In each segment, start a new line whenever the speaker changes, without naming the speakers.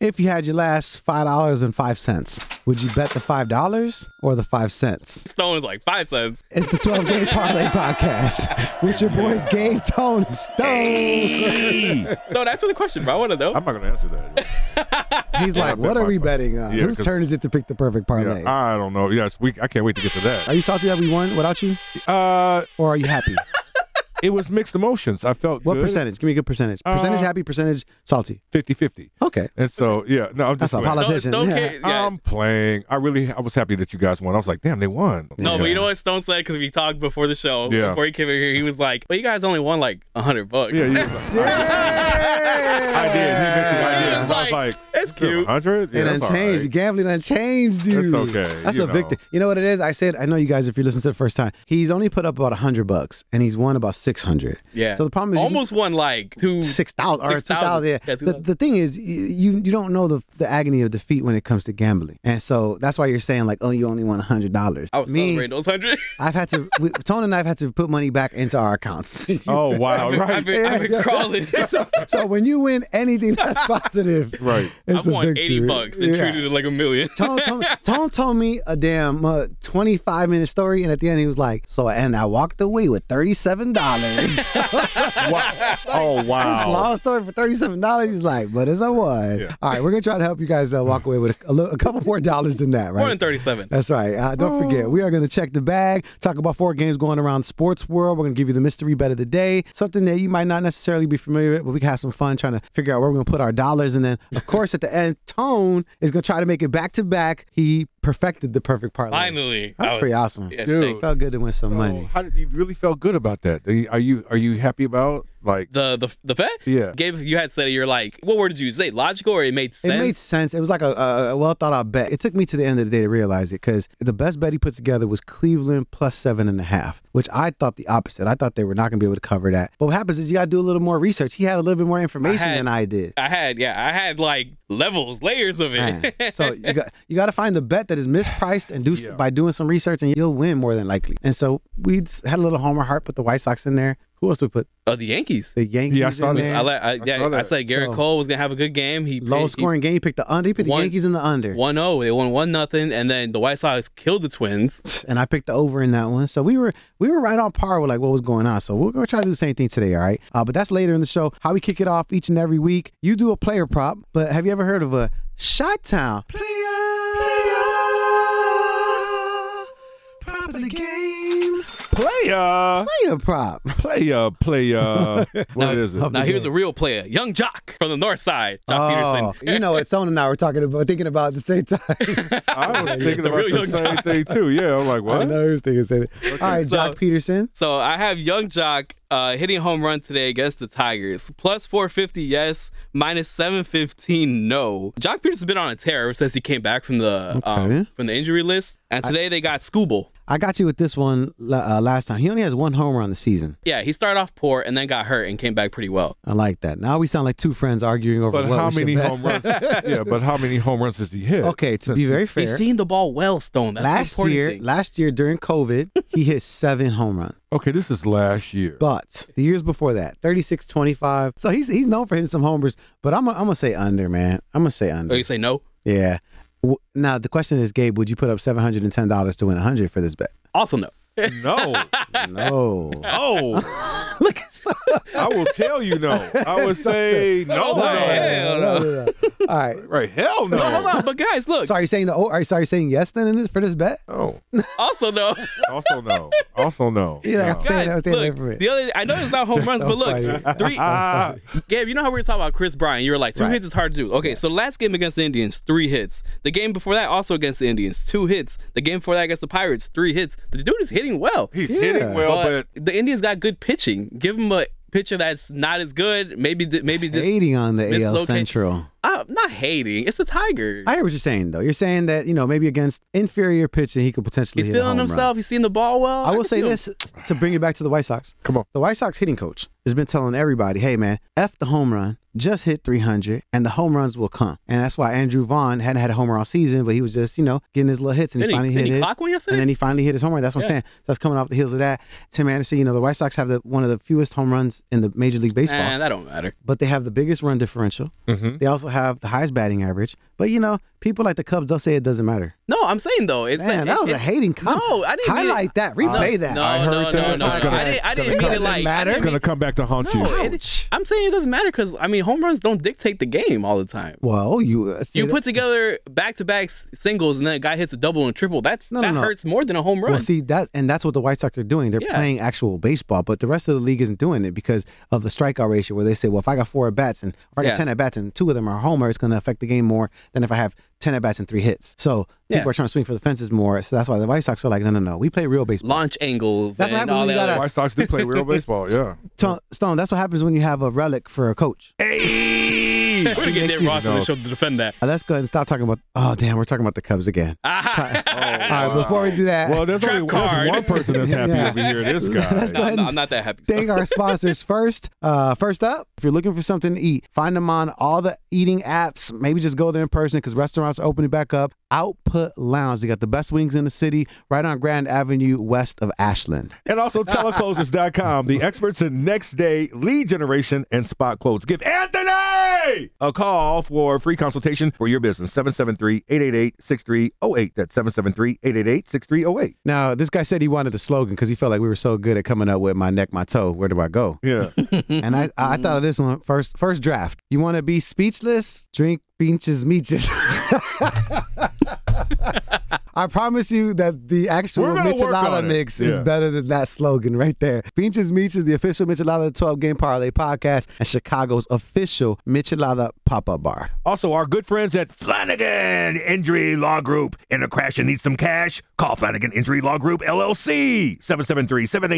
If you had your last five dollars and five cents, would you bet the five dollars or the five cents?
Stone is like five cents.
It's the 12 Game Parlay Podcast with your boys Game Tone and Stone.
Stone, answer the question, bro. I want to know.
I'm not gonna answer that.
He's
Yeah, I
like,
bet
what are
my
we
five-
betting on?
Yeah,
Whose
'cause-
turn is it to pick the perfect parlay?
Yeah, I don't know. Yes, we. I can't wait to get to
are
that.
you salty that we won without you,
Uh,
or are you happy?
it was mixed emotions. I felt
What
good.
percentage? Give me a good percentage. Percentage
Uh,
happy, percentage salty.
50-50.
Okay,
And so, yeah, no, I'm
That's
just.
a
playing.
policy. politician,
Stone, Stone
yeah.
can't- yeah.
I'm playing. I really, I was happy that you guys won. I was like, damn, they won.
no,
yeah.
but you know what Stone said because we talked before the show.
Yeah.
Before he came in here, he was like, "But you guys only won like hundred bucks."
Yeah, you was like, I did. He mentioned I did.
Yeah.
I was like,
It's cute.
hundred. Yeah,
it
that's
done
all
changed.
right.
Gambling done changed, dude.
okay,
That's
you
a
know.
victim. You know what it is? I said, I know you guys, if you're listening to the first time, he's only put up about 100 bucks and he's won about 600.
Yeah.
So the problem is, you-
almost won like two.
six thousand or two
Six thousand.
thousand. Yeah.
Yeah,
the,
2,000.
the thing is, y- you you don't know the the agony of defeat when it comes to gambling, and so that's why you're saying like, oh, you only won hundred dollars.
I was
Me,
celebrating those hundred.
I've had to. We, Tone and I've had to put money back into our accounts.
Oh wow!
I've
Right,
been, I've been
Yeah.
crawling.
so, so when you win anything that's positive,
right.
I
it's a
won eighty
victory.
bucks and
Yeah.
treated it like a million.
Tone, Tone, Tone told me a damn uh, 25 minute story, and at the end, he was like, So, and I walked away with $37.
Wow. Oh wow!
Long story for thirty-seven dollars. He's like, but it's a one.
Yeah.
All right, we're gonna try to help you guys uh, walk away with a, a, little, a couple more dollars than that,
More than
right?
thirty-seven.
That's right. Uh, don't
Oh.
forget, we are going to check the bag, talk about four games going around sports world. We're going to give you the mystery bet of the day, something that you might not necessarily be familiar with, but we can have some fun trying to figure out where we're going to put our dollars. And then, of course, at the end, Tone is going to try to make it back to back. He perfected the perfect parlay.
Finally,
That's
I was-
pretty awesome.
Yeah,
Dude.
thank-
Felt good to win some
So,
money.
How did you really felt good about that? Are you- Are you are you happy about like?
The the the bet.
Yeah.
Gabe, if you had said it. You're like, what word did you say? Logical or it made sense?
It made sense. It was like a, a, a well thought out bet. It took me to the end of the day to realize it because the best bet he put together was Cleveland plus seven and a half, which I thought the opposite. I thought they were not going to be able to cover that. But what happens is you got to do a little more research. He had a little bit more information
had-
than I did.
I had yeah, I had like levels, layers of
Man.
it.
so you got you got to find the bet that is mispriced and do s
Yeah.
by doing some research and you'll win more than likely. And so we just had a little homer heart, put the White Sox in there. Who else we put?
oh, the Yankees.
The Yankees.
saw
in
this.
there.
I, let, I,
I
yeah,
saw
I
that.
said Garrett
So-
Cole was gonna have a good game. He
Low scoring game. He picked the under. He picked the
One-
Yankees in the under.
One zero. They won one nothing, and then the White Sox killed the Twins.
and I picked the over in that one. So we were we were right on par with like what was going on. So we're gonna try to do the same thing today, all right? Uh, but that's later in the show. How we kick it off each and every week. You do a player prop, but have you ever heard of a shot town? Player,
Playa,
player prop.
playa, playa. What is it?
Now here's a real player, young Jock from the North Side, Jock
oh,
Peterson.
you know what? Tone and I were talking about thinking about at the same time.
I was thinking
The
about
real young
the same thing too. Yeah, I'm like,
I
what?
know he was thinking the same thing. all right,
so-
Jock Peterson.
So I have young Jock uh, hitting a home run today against the Tigers. Plus 450, yes. Minus 715, no. Jock Peterson's been on a tear ever since he came back from the um,
Okay.
from the injury list, and today they got Scooble.
I got you with this one la- uh, last time. He only has one homer on the season.
Yeah, he started off poor and then got hurt and came back pretty well.
I like that. Now we sound like two friends arguing over
But
what
how
we should
many
bet.
home runs? Yeah, but how many home runs does he hit?
Okay, to be very fair,
He's seen the ball well, Stone. That's the
last
important
year,
thing.
last year during COVID, he hit seven home runs.
Okay, this is last year.
But the years before that, 36, 25. So he's he's known for hitting some homers. But I'm i I'm gonna say under, man. I'm gonna say
oh,
under.
you say no?
Yeah. W- Now the question is, Gabe, would you put up seven hundred and ten dollars to win hundred for this bet?
Also no.
No,
No.
no.
Look at stuff.
I will tell you no. I would say no.
Oh,
no.
hell no.
All right.
Right? Hell
But hold
no.
on, but guys, look.
So are you saying the oh? Are you, so are you saying yes then in this for this bet?
Oh,
Also no.
also no. Also no.
Yeah.
No.
Stay-
Guys,
stay away
look,
from it.
the other I know it's not home runs,
so
but look,
funny.
three
Ah,
Gabe, you know how we were talking about Chris Bryant? You were like, two
Right.
hits is hard to do. Okay, so the last game against the Indians, three hits. The game before that, also against the Indians, two hits. The game before that against the Pirates, three hits. The dude is hitting well.
he's
Yeah.
hitting well, but
but the Indians got good pitching. Give him a pitcher that's not as good. Maybe th- maybe this.
Hating on the AL
mislocate-
Central.
I'm not hating. It's the Tiger.
I hear what you're saying though. You're saying that you know maybe against inferior pitching he could potentially.
he's
hit a
feeling
home run.
himself. He's seen the ball well.
I will
can
say
see him.
this to bring it back to the White Sox.
Come on.
The White Sox hitting coach has been telling everybody, hey, man, F the home run, just hit 300, and the home runs will come. And that's why Andrew Vaughn hadn't had a homer all season, but he was just, you know, getting his little hits, and
Did
he
he,
finally hit
did he
his.
clock one
And
yesterday?
then he finally hit his home run. That's what I'm
Yeah.
saying. So that's coming off the heels of that. Tim Anderson, you know, the White Sox have the, one of the fewest home runs in the Major League Baseball,
Eh, that don't matter.
but they have the biggest run differential.
Mhm.
Mm-hmm.
They also have have the highest batting average, but you know, people like the Cubs, they'll say it doesn't matter.
No, I'm saying though, it's
Man,
like,
that
it-
was
it-
a hating comment.
No, I didn't mean it-
Highlight that. Replay
no,
that.
No,
I
no,
heard
no, no,
that.
no,
It's
no.
gonna-
I didn't, I
it's
didn't
gonna-
mean it
doesn't
like.
matter.
I
It's
didn't
gonna
mean,
come back to haunt you.
no, it,
Ouch.
I'm saying it doesn't matter because I mean, home runs don't dictate the game all the time.
Well, you uh, say
You
that-
put together back-to-back s- singles, and then a guy hits a double and triple. That's
No, no,
that
no.
hurts more than a home run.
Well, see that, and that's what the White Sox are doing. They're
Yeah.
playing actual baseball, but the rest of the league isn't doing it because of the strikeout ratio, where they say, "Well, if I got four at bats and if I got
Yeah.
ten at bats and two of them are homer, it's going to affect the game more than if I have ten at bats and three hits." So people
Yeah.
are trying to swing for the fences more. So that's why the White Sox are like, "No, no, no, we play real baseball."
Launch angles.
That's what happened
and all
when you
that
got
other-
White Sox did play real baseball. Yeah.
Ton- Stone, that's what happens when you have a relic for a coach.
Eh. We're gonna get
makes
Nick
you-
Ross on the show to defend that.
Uh, Let's go ahead and stop talking about. Oh damn, we're talking about the Cubs again.
Ah,
All right, before we do that,
Well, there's
Trap
only there's
card.
one person that's happy
Yeah.
over here. This
Let's
guy.
go.
no,
ahead
no,
and-
I'm not that happy.
thank our sponsors first. Uh, first up, if you're looking for something to eat, find them on all the eating apps. Maybe just go there in person because restaurants are opening back up. Output Lounge. They got the best wings in the city, right on Grand Avenue, west of Ashland.
And also teleclosers.com, the experts in next day lead generation and spot quotes. Give Anthony a call for a free consultation for your business. 773-888-6308. That's 773-888-6308.
Now, this guy said he wanted a slogan because he felt like we were so good at coming up with my neck, my toe. Where do I go?
Yeah.
and I, I thought of this one first. First draft. You want to be speechless? Drink beaches, meaches. I promise you that the actual
We're gonna work
Michelada
on it.
mix is
Yeah.
better than that slogan right there. Beaches Meaches, the official Michelada 12 Game Parlay podcast, and Chicago's official Michelada pop up bar.
Also, our good friends at Flanagan Injury Law Group. In a crash and need some cash? Call Flanagan Injury Law Group, LLC,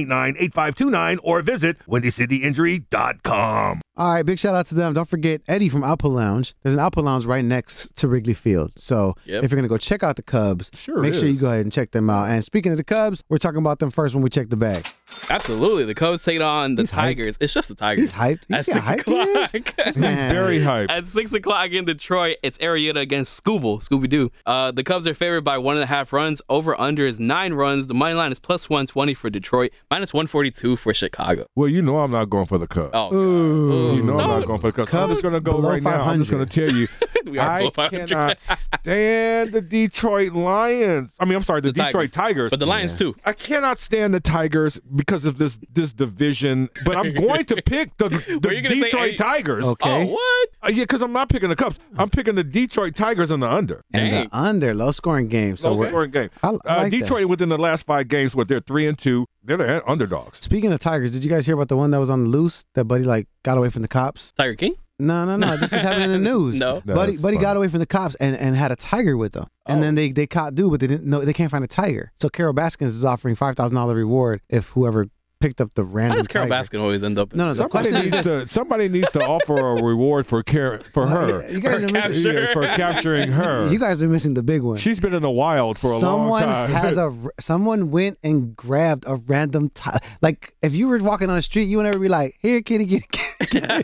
773-789-8529 or visit WindyCityInjury.com.
All right, big shout out to them. Don't forget Eddie from Output Lounge. There's an Output Lounge right next to Wrigley Field. So
Yep.
if you're gonna go check out the Cubs,
Sure
make sure you
is.
go ahead and check them out. And speaking of the Cubs, we're talking about them first when we check the bag.
Absolutely, the Cubs take on the Tigers. It's just the
He's
Tigers.
hyped. He's
At
got
six
hype,
o'clock.
Man.
hyped.
At six o'clock in Detroit, it's Arietta against Scooble, Scooby Doo. Uh, the Cubs are favored by one and a half runs. Over under is nine runs. The money line is plus one twenty for Detroit, minus one forty two for Chicago.
Well, you know I'm not going for the Cubs.
Oh, God.
Ooh.
You know I'm
Stop.
not going for the Cubs. I'm
Cubs
just going to go
below
right now. I'm just going
500.
to tell you.
We are
I
below 500.
cannot stand the Detroit Lions. I mean, I'm sorry, the,
The
Detroit Tigers.
but the Lions too.
I cannot stand the Tigers because of this this division, but I'm going to pick the,
Were
the
you gonna say
Detroit
eight?
Tigers.
Okay.
Oh, what?
Uh, yeah, because I'm not picking the Cubs. I'm picking the Detroit Tigers on the under.
and uh,
Dang.
the under low scoring game. So
Low
we're-
scoring game.
I- I
uh,
like that.
Detroit within the last five games, what they're three and two. They're the underdogs.
Speaking of Tigers, did you guys hear about the one that was on the loose that Buddy like got away from the cops?
Tiger King?
No, no, no. This was happening in the news.
No.
No,
buddy,
that's
buddy got
funny.
away from the cops and, and had a tiger with them. And
Oh.
then they, they caught dude, but they didn't know they can't find a tiger. So Carol Baskins is offering five thousand dollar reward if whoever picked up the random.
How does Carol
tiger.
Baskin always end up? In
No, no,
the
the
Somebody
question is
needs
this.
to somebody needs to offer a reward for care for her.
You guys are missing.
capture.
Yeah, for capturing her.
You guys are missing the big one.
She's been in the wild for a long
someone
time.
has a r- someone went and grabbed a random ti Like if you were walking on the street, you would never be like, "Here, kitty, kitty, kitty."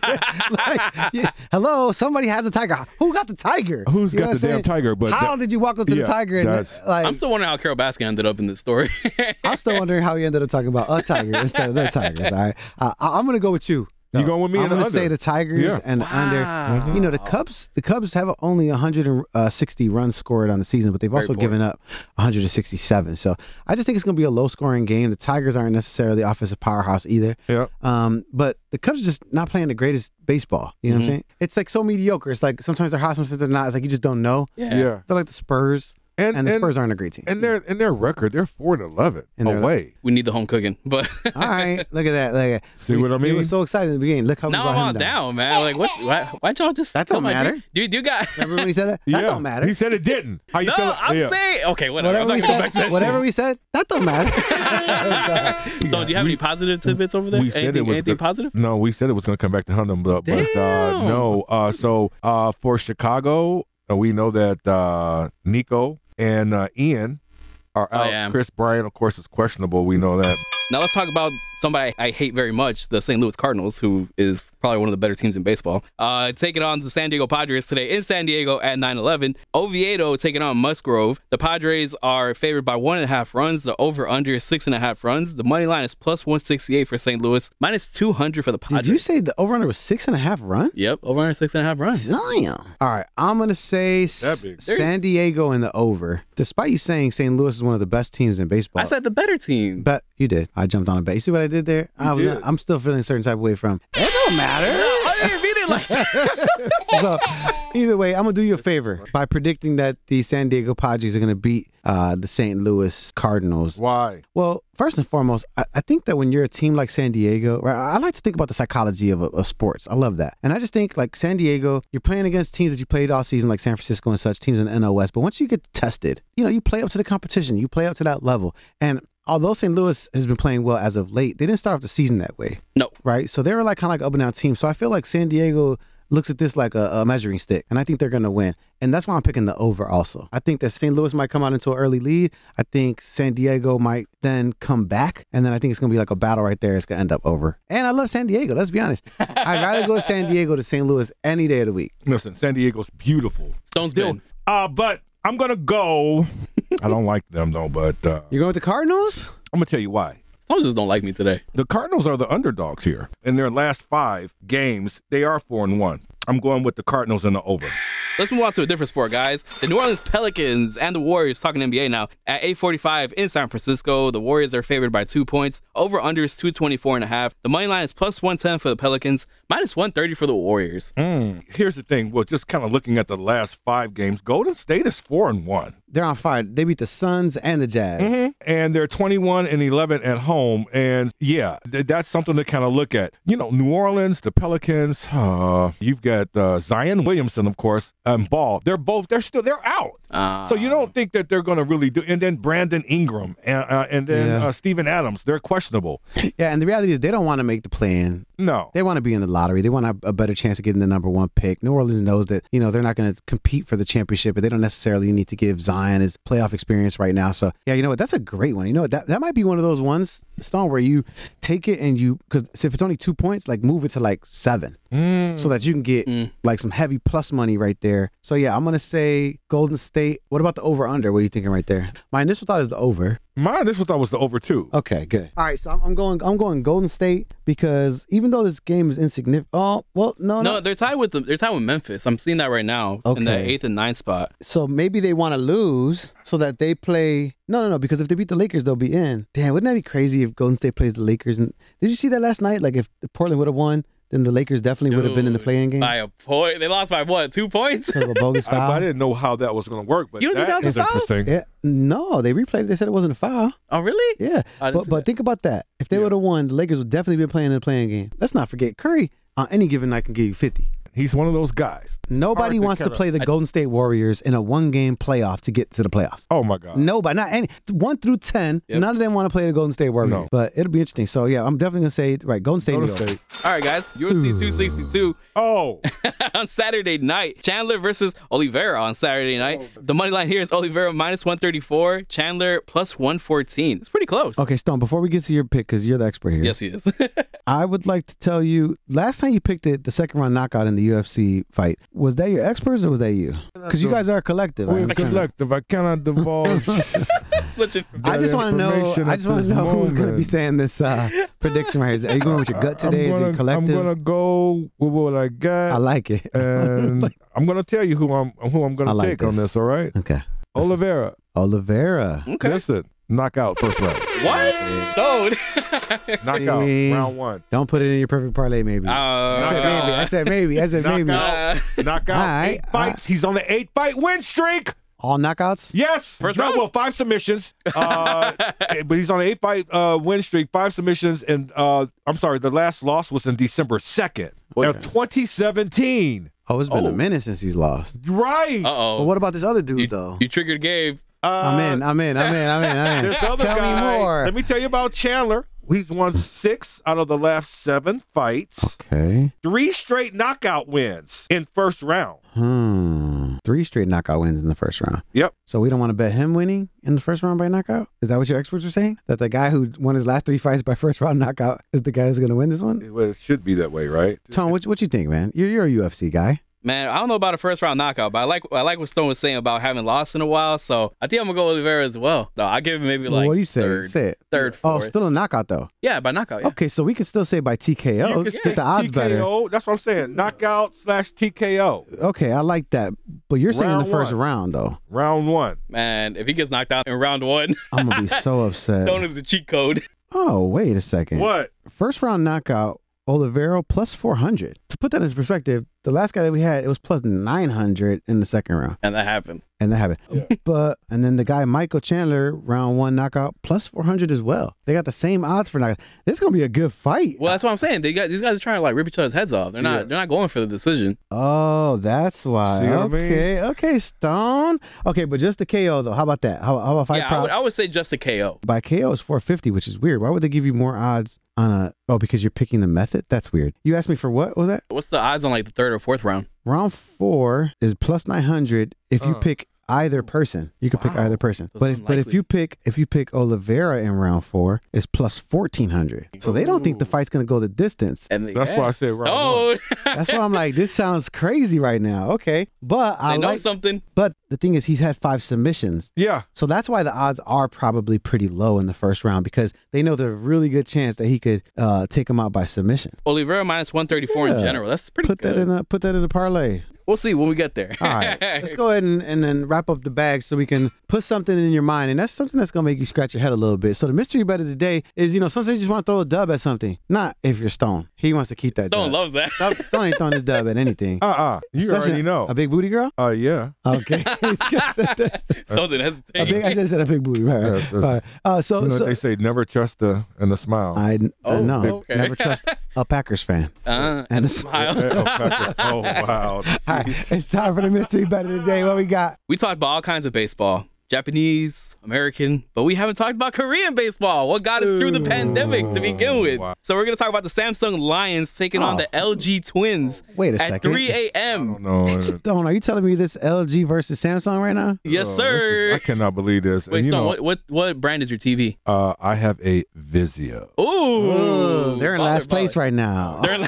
like, yeah, hello, somebody has a tiger. Who got the tiger?
Who's
Who's
got the damn tiger? But
how
that-
did you walk up to
yeah,
the tiger? And,
that's-
like,
I'm still wondering how Carol Baskin ended up in this story.
I'm still wondering how we ended up talking about a tiger instead of the tigers. All right, uh, I- I'm gonna go with you.
You going with me
I'm
and the
gonna
under?
say the Tigers
Yeah.
and the under.
Wow. Mhm.
You know the Cubs. The Cubs have only 160 uh, runs scored on the season, but they've also
poor.
given up 167. So I just think it's gonna be a low scoring game. The Tigers aren't necessarily offensive powerhouse either.
yeah.
Um, but the Cubs are just not playing the greatest baseball. You
Mm-hmm.
know what I'm saying? It's like so mediocre. It's like sometimes they're hot, sometimes they're not. It's like you just don't know.
yeah.
Yeah.
They're like the Spurs,
And
and,
and,
the Spurs aren't a great team.
and their and their record, they're four and eleven
And they're-
away.
We need the home cooking, but
All right, look at that. Look at
See what I
He
mean?
was so excited in the beginning. Look how we
now
brought
I'm all
him down.
down, man. Like, what? Why, why'd y'all just?
That don't
tell my
matter.
Dude, dude, you got.
Remember when he said that? That
yeah.
don't matter.
He said it didn't. How you
No,
feel?
I'm
yeah.
saying okay, whatever.
whatever we
I'm not going back
said,
to that.
whatever we said, that don't matter.
Stone, do you have any positive tidbits over there?
we said it
anything
was
anything
good.
positive?
No, we said it was going to come back to hunt them, but, but uh,
Damn.
no. Uh, so uh, for Chicago, uh, we know that uh, Nico and uh, Ian are
Oh,
out.
yeah.
Chris Bryant, of course, is questionable. We know that.
Now let's talk about somebody I hate very much, the St. Louis Cardinals, who is probably one of the better teams in baseball, uh, taking on the San Diego Padres today in San Diego at 9 11. Oviedo taking on Musgrove. The Padres are favored by one and a half runs. The over under is six and a half runs. The money line is plus 168 for St. Louis, minus 200 for the
Did
Padres.
you say the over under was six and a half runs?
Yep, over under six and a half runs.
Damn. All right, I'm gonna say S-
big.
San Diego in the over. Despite you saying St. Louis is one of the best teams in baseball,
I said the better team.
but you did. I jumped on a base. See what I did there? I was
did.
Not, I'm still feeling a certain type of way from. It don't matter.
I didn't mean it like that.
so either way, I'm gonna do you a favor by predicting that the San Diego Padres are gonna beat uh, the St. Louis Cardinals.
Why?
Well, first and foremost, I, I think that when you're a team like San Diego, right, I I like to think about the psychology of, of sports. I love that. And I just think like San Diego, you're playing against teams that you played all season, like San Francisco and such, teams in the NL West. But once you get tested, you know, you play up to the competition, you play up to that level. And although St. Louis has been playing well as of late, they didn't start off the season that way
No.
right? So they were like kind of like up and down team. So I feel like San Diego looks at this like a, a measuring stick, and I think they're gonna win. And that's why I'm picking the over. Also, I think that St. Louis might come out into an early lead. I think San Diego might then come back, and then I think it's gonna be like a battle right there. It's gonna end up over. And I love San Diego. Let's be honest. I'd rather go to San Diego to St. Louis any day of the week.
Listen, San Diego's beautiful.
Stone's
Still,
been.
uh, but I'm gonna go. I don't like them though, but uh,
You're going with the Cardinals?
I'm gonna tell you why.
Stone just don't like me today.
The Cardinals are the underdogs here. In their last five games, they are four and one. I'm going with the Cardinals in the over.
Let's move on to a different sport, guys. The New Orleans Pelicans and the Warriors talking NBA now at 8:45 in San Francisco. The Warriors are favored by two points. Over under is 224 and a half. The money line is plus 110 for the Pelicans, minus 130 for the Warriors.
Here's the thing. Well, just kind of looking at the last five games, Golden State is four and one.
They're on fire. They beat the Suns and the Jazz.
Mm-hmm.
and they're 21 and 11 at home. And yeah, th- that's something to kind of look at. You know, New Orleans, the Pelicans. Uh, you've got uh, Zion Williamson, of course, and Ball. They're both. They're still. They're out.
Uh,
So you don't think that they're going to really do. And then Brandon Ingram and, uh, and then
Yeah.
uh, Steven Adams. They're questionable.
Yeah, and the reality is they don't want to make the plan.
No.
They want to be in the lottery. They want a, a better chance of getting the number one pick. New Orleans knows that you know they're not going to compete for the championship, but they don't necessarily need to give Zion his playoff experience right now. So yeah, you know what? That's a great one. You know what? That that might be one of those ones, Stone, where you take it and you because if it's only two points, like move it to like seven,
Hmm.
Hmm.
so that you can get
mm.
like some heavy plus money right there. So yeah, I'm gonna say Golden State. What about the over under? What are you thinking right there? My initial thought is the over.
My initial thought was the over two.
Uh,
Okay, good. All right, so I'm, I'm going. I'm going Golden State because even though this game is insignificant. Oh well, no, no.
no, they're tied with the, they're tied with Memphis. I'm seeing that right now in the
Okay.
eighth and ninth spot.
So maybe they want to lose so that they play. No, no, no. Because if they beat the Lakers, they'll be in. Damn, wouldn't that be crazy if Golden State plays the Lakers? And did you see that last night? Like if Portland would have won, then the Lakers definitely would have been in the
Dude,
playing game.
By a point, they lost by what? Two points.
'cause of a bogus
I, I
foul.
didn't know how that was going to work, but
You don't think that was
is
a foul?
interesting.
Yeah, no, they replayed. it. They said it wasn't a foul.
oh, really?
Yeah,
I didn't
but
see
but
that.
think about that. If they would have won, the Lakers would definitely been playing in the playing game. Let's not forget Curry on any given night can give you fifty.
He's one of those guys.
Nobody
Hard to
wants to
cut up.
play the Golden State Warriors in a one game playoff to get to the playoffs.
Oh my God.
Nobody, not any one through ten.
Yep.
None of them want to play the Golden State Warriors.
No.
But it'll be interesting. So yeah, I'm definitely gonna say right, Golden State.
Golden
New York.
State.
All right, guys. UFC 262
Oh,
on Saturday night. Chandler versus Oliveira on Saturday night. The money line here is Oliveira minus 134, Chandler plus 114. It's pretty close.
Okay, Stone. Before we get to your pick, because you're the expert here,
Yes, he is.
I would like to tell you. Last time you picked it, the second round knockout in the UFC fight, was that your experts or was that you? Because you guys are a collective. I
we're
understand.
collective. I cannot divulge.
Such a
I just
that
want to know.
information
I
at
just want
this
to know who's going to be
moment.
saying this uh, prediction right here. Is- Are you going with your gut today?
I'm gonna,
Is it collective?
I'm gonna Uh, go with what I got,
I like it.
and I'm gonna tell you who I'm who I'm
I
gonna
like
take on
this.
this. All right,
Okay.
Oliveira.
Oliveira.
Okay.
Listen, knockout first round.
What? Dude.
knockout
See?
round one.
Don't put it in your perfect parlay,
Uh,
maybe. I said maybe. I said maybe. I said maybe.
Knockout. Knockout.
All right.
Eight fights. He's on the eight fight win streak.
All knockouts?
Yes.
First
no,
round?
well, five submissions. Uh, but he's on an eight fight uh, win streak, five submissions, and uh, I'm sorry, the last loss was in December 2nd
Okay.
of 2017.
Oh, it's been a
Oh.
minute since he's lost.
Right.
uh oh.
But what about this other dude,
you,
though?
you triggered Gabe.
I'm in. I'm in. I'm in. I'm in. I'm in.
This other
Tell
guy.
me more.
Let me tell you about Chandler. He's won six out of the last seven fights,
okay.
three straight knockout wins in first round.
Hmm. three straight knockout wins in the first round.
Yep.
So we don't want to bet him winning in the first round by knockout. Is that what your experts are saying? That the guy who won his last three fights by first round knockout is the guy that's going to win this one?
It, well, it should be that way, right?
Tom, what what you think, man? You're you're a UFC guy.
Man, I don't know about a first round knockout, but I like I like what Stone was saying about having lost in a while. So I think I'm gonna go Oliveira as well. No, I give him maybe like
what do you say?
third,
say it.
third,
Oh,
fourth.
still a knockout though.
yeah, by knockout. Yeah.
Okay, so we could still say by TKO.
You can
Let's
say
get the odds
TKO,
better.
That's what I'm saying. Knockout slash TKO.
Okay, I like that. But you're saying in the
Round
first
one.
round though.
Round one.
Man, if he gets knocked out in round one,
I'm gonna be so upset.
Stone is the cheat code.
Oh, wait a second.
e- What?
First round knockout, Olivero plus 400. To put that into perspective, the last guy that we had, it was plus 900 in the second round.
And that happened.
And that happened. But, and then the guy, Michael Chandler, round one knockout, plus 400 as well. They got the same odds for knockout. This is going to be a good fight.
Well, that's what I'm saying. They got these guys are trying to like rip each other's heads off. They're not
Yeah.
they're not going for the decision.
Oh, that's why.
See what I mean?
okay, okay, Stone. Okay, but just the KO, though. How about that? How, how about five
yeah, I
props?
would, I would say just a KO.
By KO is 450, which is weird. Why would they give you more odds on a. Oh, because you're picking the method? That's weird. You asked me for what was that?
What's the odds on like the third or fourth round?
Round four is plus nine hundred if you
Uh.
pick either person. You can pick
Wow.
either person.
Those
but
are
if but if
unlikely.
you pick if you pick Oliveira in round four, it's plus fourteen hundred. So they don't think the
Ooh.
fight's gonna go the distance.
And they-
That's
yeah,
why I said round one.
Stone.
That's why I'm like, this sounds crazy right now. Okay. But
they
I
know
like
something.
but the thing is he's had five submissions.
Yeah.
So that's why the odds are probably pretty low in the first round because they know there's a really good chance that he could uh, take him out by submission.
Oliveira minus 134
Yeah.
in general. That's pretty
Put
good.
that in a put that in a parlay.
we'll see when we get there.
All right, let's go ahead and, and then wrap up the bag so we can put something in your mind. And that's something that's going to make you scratch your head a little bit. So the mystery bet of the day is, you know, sometimes you just want to throw a dub at something. Not if you're Stone. He wants to keep that
Stone
dub.
loves that.
Stone- Stone ain't throwing his dub at anything.
Uh uh You
Especially
already know.
A big booty girl?
Uh, yeah.
Okay.
Stone didn't hesitate.
a big, I just said a big booty, right? right.
Yes, yes.
All right. Uh, so,
You know,
so-
they say never trust the and the smile.
I, I
Oh,
know.
okay.
Never trust a Packers fan.
Uh,
And a smile.
Eh, oh, Patrick. oh, wow.
All right. It's time for the mystery bet of the day. What we got?
we talked about all kinds of baseball japanese american but we haven't talked about korean baseball what got us through the pandemic to begin with
Wow.
so we're going to talk about the samsung lions taking on
Oh.
the lg twins
Wait a
at
second.
3 a.m
No. eh,
Stone, are you telling me this LG versus Samsung right now?
yes
oh, this
sir
is- I cannot believe this.
wait
and you
stone
know,
what, what what brand is your tv
uh, I have a Vizio.
ooh
Ooh, they're in last place right now.
they're in la-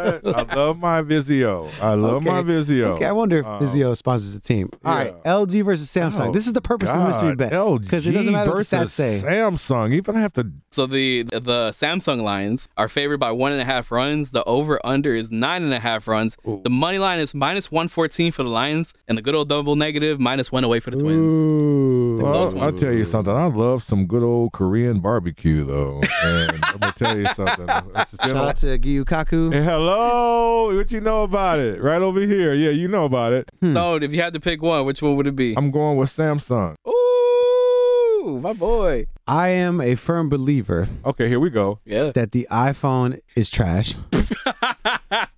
What? I love my Vizio. I love my
Okay.
Vizio.
Okay, I wonder if
Um,
Vizio sponsors the team. All right,
yeah.
LG versus Samsung.
Oh,
this is the purpose of the mystery
God,
bet
LG
it doesn't matter what
versus
the stats say.
Samsung. Even I have to.
so the the samsung lions are favored by one and a half runs the over under is nine and a half runs the money line is minus 114 for the lions and the good old double negative minus one away for the twins
Ooh.
Well, those
Well, uh, I'll
ones.
tell you something. I love some good old Korean barbecue, though. And I'm gonna tell you something. It's
Shout
been a-
out to Giyu Kaku.
Hey, hello, what you know about it? Right over here. Yeah, you know about it.
Hmm.
So if you had to pick one, which one would it be?
I'm going with Samsung.
Ooh, my boy.
I am a firm believer
Okay, here we go.
Yeah.
that the iPhone is trash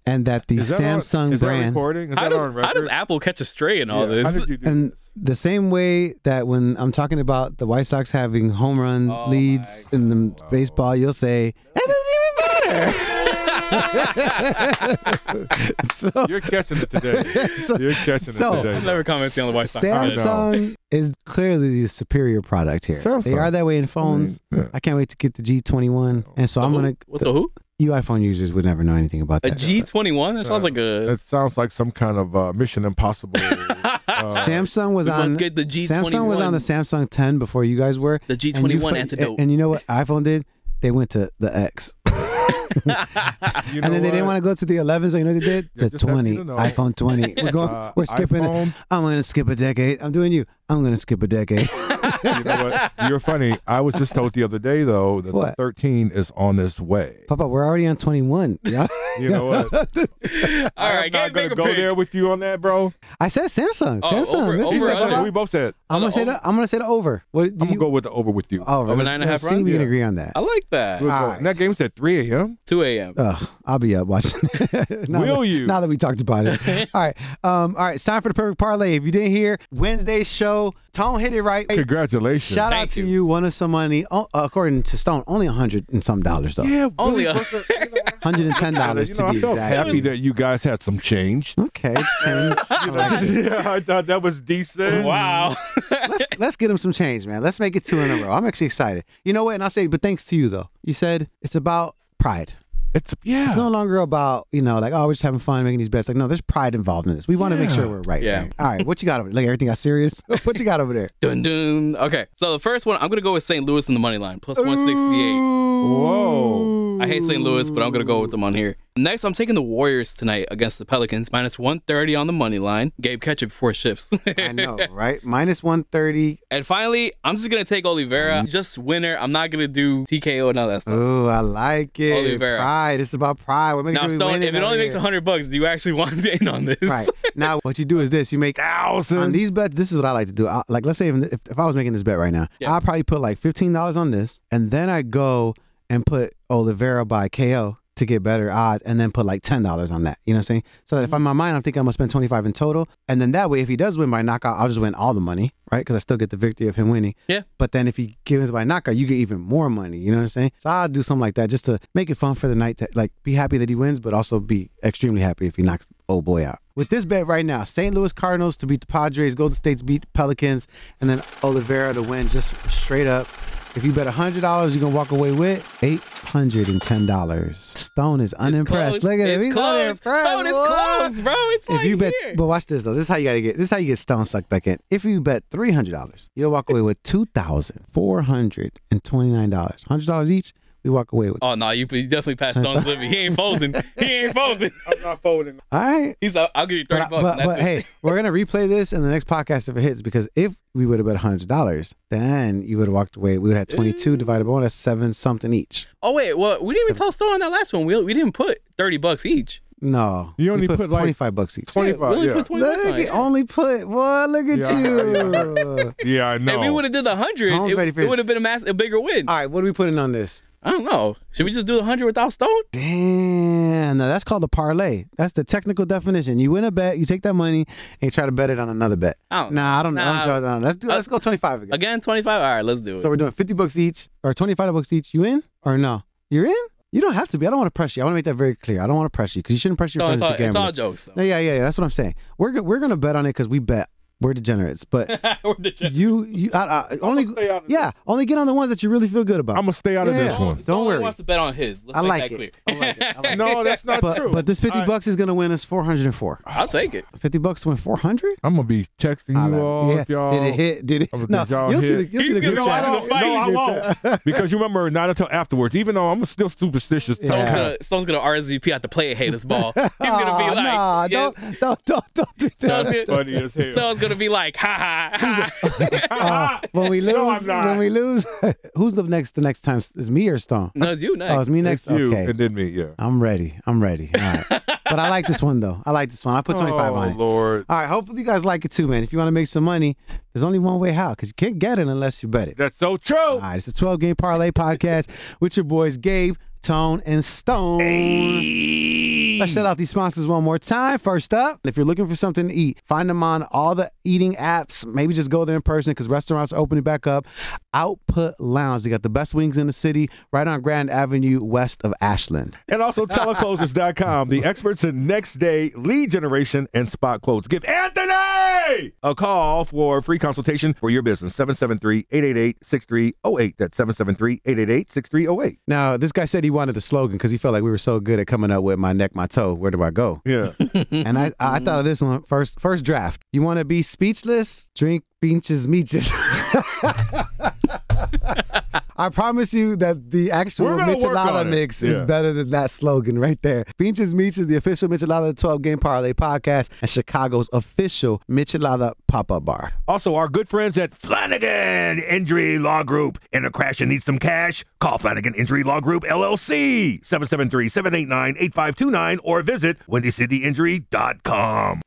and that the
Is that on-
Samsung
is that
brand.
recording? Is
How,
that
do-
on
how does
record?
Apple catch a stray in all
Yeah, how
this?
did you do
And
this?
the same way that when I'm talking about the White Sox having home run
Oh
leads in the baseball, you'll say, it doesn't even matter. so,
You're catching it today.
So-
You're catching
so-
it
I'm
today.
never commenting on the White Sox.
Samsung is clearly the superior product here. They
Samsung.
are that way in phones. I,
yeah.
can't wait to get the G21. And so I'm gonna.
What's a who?
You iPhone users would never know anything about
A
that.
G twenty one? That sounds like a.
That sounds like some kind of uh, Mission Impossible. uh,
Samsung was
We must
on.
get the G21.
Samsung was on the Samsung 10 before you guys were.
The
And you
G21
fi-
antidote.
And, and you know what iPhone did? They went to the X.
you know
and then they didn't
what?
want to go to the 11, so you know what they did?
Yeah,
the
just happy
20,
to know.
iPhone 20. We're going,
Uh,
we're skipping. it.
iPhone.
I'm gonna skip a decade. I'm doing you. I'm gonna skip a decade.
you know what? You're funny. I was just told the other day though that
What?
the 13 is on its way.
Papa, we're already on 21. Yeah.
You know what?
all
I'm
right, can't
not gonna
make a
go
pick.
there with you on that, bro.
I said Samsung.
Oh,
Samsung.
over-
Mitch,
She
Over
you said
under.
said something.
that.
We both said.
I'm gonna say
Over.
the I'm gonna say the over. What did
I'm
Uh, you
gonna go with the over with you.
Oh,
Over
let's-
nine and a
let's
half
See,
runs?
we can
Yeah. Oh.
agree on that.
I like that.
We'll go-
Alright.
And uh, that game said 3 a.m.
Two a.m.
Ugh, I'll be up watching. Now
Will
that-
you?
Now that we talked about it. all right. Um, all right. It's time for the perfect parlay. If you didn't hear Wednesday's show, Tone hit it right.
Congratulations.
Shout out
Thank
to you.
you.
uh, Won us some money. Oh, according to Stone, only a hundred and some dollars though.
yeah,
Only
really
a-
wasn't- you know,
hundred and ten
You know,
dollars to
I
be
felt
exact.
happy that you guys had some change.
Okay, change.
yeah, I thought that was decent.
Wow.
let's let's get him some change, man. Let's make it two in a row. I'm actually excited. You know what? And I'll say, but thanks to you though. You said it's about pride.
It's
It's no
yeah.
longer about you know like oh we're just having fun making these bets. Like no, there's pride involved in this. We want to make
Yeah.
sure we're right.
Yeah.
man. All right, what you got over there? Like everything got serious. what you got over there?
Dun dun. Okay. So the first one, I'm gonna go with St. Louis in the money line, plus 168.
Whoa.
I hate St. Louis, but I'm gonna go with them on here. Next, I'm taking the Warriors tonight against the Pelicans, minus 130 on the money line. Gabe catch it before shifts.
I know, right? Minus one thirty.
and finally, I'm just gonna take
Mm-hmm.
Oliveira, just winner. I'm not gonna do TKO and all that stuff.
Oh, I like it.
Oliveira.
Pride. It's about pride. We're making
now, I'm
sure
still,
we win
if it
out
only makes
here.
100 bucks, do you actually want to in on this?
Right now, what you do is this: you make on
Thousand.
these bets, this is what I like to do. I, like, let's say if, if, if I was making this bet right now,
Yeah.
I'll probably put like fifteen dollars on this, and then I go and put Oliveira by KO to get better odds, and then put like ten dollars on that. You know what I'm saying? So that if I'm in my mind, I'm thinking I'm gonna spend twenty five in total, and then that way, if he does win by knockout, I'll just win all the money, right? Because I still get the victory of him winning.
Yeah.
But then if he gives by knockout, you get even more money. You know what I'm saying? So I'll do something like that just to make it fun for the night. To like be happy that he wins, but also be extremely happy if he knocks old boy out. With this bet right now, St. Louis Cardinals to beat the Padres, Golden State's beat the Pelicans, and then Oliveira to win just straight up. If you bet hundred dollars, you can walk away with eight hundred and ten dollars. Stone is unimpressed.
Close.
Look at him;
It's
he's
close.
unimpressed.
Stone, it's
What?
close, bro. It's
If
like
you bet,
here.
but watch this though. This is how you gotta get. This is how you get stone sucked back in. If you bet three hundred dollars, you'll walk away with two thousand four hundred and twenty nine dollars. Hundred dollars each, we walk away with.
Oh no, you, you definitely passed Stone's living. He ain't folding. He ain't folding.
I'm not folding.
All right.
He's. uh, I'll give you
But,
thirty
I-
bucks.
but,
and
but
that's it.
hey, we're gonna replay this in the next podcast if it hits because if we would have bet hundred dollars, then you would have walked away. We would have twenty two divided by one. That's seven something each.
Oh wait, well we didn't even tell Stone on that last one. We we didn't put thirty bucks each.
No,
You only put, like,
twenty five bucks each.
Yeah,
25,
we only
yeah.
put twenty bucks
Look,
on
you
it.
only put. Boy, look at
Yeah,
you.
Yeah, I know.
If we would have did the hundred,
Stone's
it,
ready for
it
his-
would have been a mass, a bigger win.
All right, what are we putting on this?
I don't know. Should we just do the hundred without Stone?
Damn, now that's called a parlay. That's the technical definition. You win a bet, you take that money, and you try to bet it on another bet.
I don't-
nah, I don't. I
nah.
don't draw down. Let's do. let's go twenty five again.
Again, twenty five. All right, let's do it.
So we're doing fifty bucks each, or twenty five bucks each. You in or no? You're in. You don't have to be. I don't want to press you. I want to make that very clear. I don't want to press you because you shouldn't press your
Stone,
friends
it's, all,
to gamble.
it's all jokes. though.
No, yeah, yeah, yeah. That's what I'm saying. We're go- we're gonna bet on it because we bet. We're degenerates, but
We're degenerate.
you you I, I, only
stay out of
yeah
this.
only get on the ones that you really feel good about.
I'm gonna stay out of
Yeah.
this one.
Stone
worry.
wants to bet on his. Let's
I
make
like
that clear.
it. I like it. I like it.
No, that's not
but,
true.
but this fifty
I-
bucks is gonna win us four hundred and four.
I'll take it.
Fifty bucks to win four hundred.
I'm gonna be texting
I
you
love it.
all if y'all
Did it hit? Did it?
I'ma-
No,
did y'all
you'll see the,
hit?
you'll see
He's
the
gonna
group
be
chat.
watching the fight.
No,
No, I
I
won't. because you remember not until afterwards. Even though I'm still superstitious. till
Yeah.
Stone's
it's happened.
gonna Stone's gonna RSVP at the play. Hey, this ball. He's gonna be
Aw,
like,
nah,
yeah,
don't, don't, don't, don't do
Stone's
that.
gonna-
Funny as hell.
Stone's gonna be like, ha ha. ha.
Uh, when we lose,
No, I'm not.
when we lose, who's the next? The next time is me or Stone?
no, it's you next.
Oh, it's me next.
It's you
okay,
and then me. Yeah.
I'm ready. I'm ready. All right. but I like this one though. I like this one. I put 25
oh,
on it.
Lord.
All right. Hopefully you guys like it too, man. If you want to make some money, there's only one way how, because you can't get it unless you bet it.
That's so true.
All right, it's a 12 game parlay podcast with your boys Gabe, Tone, and Stone. Let's shout out these sponsors one more time. First up, if you're looking for something to eat, find them on all the eating apps. Maybe just go there in person because restaurants are opening back up. Output Lounge, they got the best wings in the city, right on Grand Avenue, west of Ashland.
And also teleclosers.com, the experts in next day lead generation and spot quotes. Give Anthony a call for a free consultation for your business. 773-888-6308. That's 773-888-6308.
Now, this guy said he wanted a slogan because he felt like we were so good at coming up with my neck, my toe. Where do I go?
Yeah.
and I, I thought of this one first first draft. You want to be speechless? Drink beaches meaches. I promise you that the actual
We're gonna work on
Michelada
it.
mix is
Yeah.
better than that slogan right there. Beaches Meats is the official Michelada 12 Game Parlay podcast and Chicago's official Michelada pop up bar.
Also, our good friends at Flanagan Injury Law Group. In a crash and need some cash? Call Flanagan Injury Law Group, LLC, 773-789-8529 or visit WindyCityInjury.com.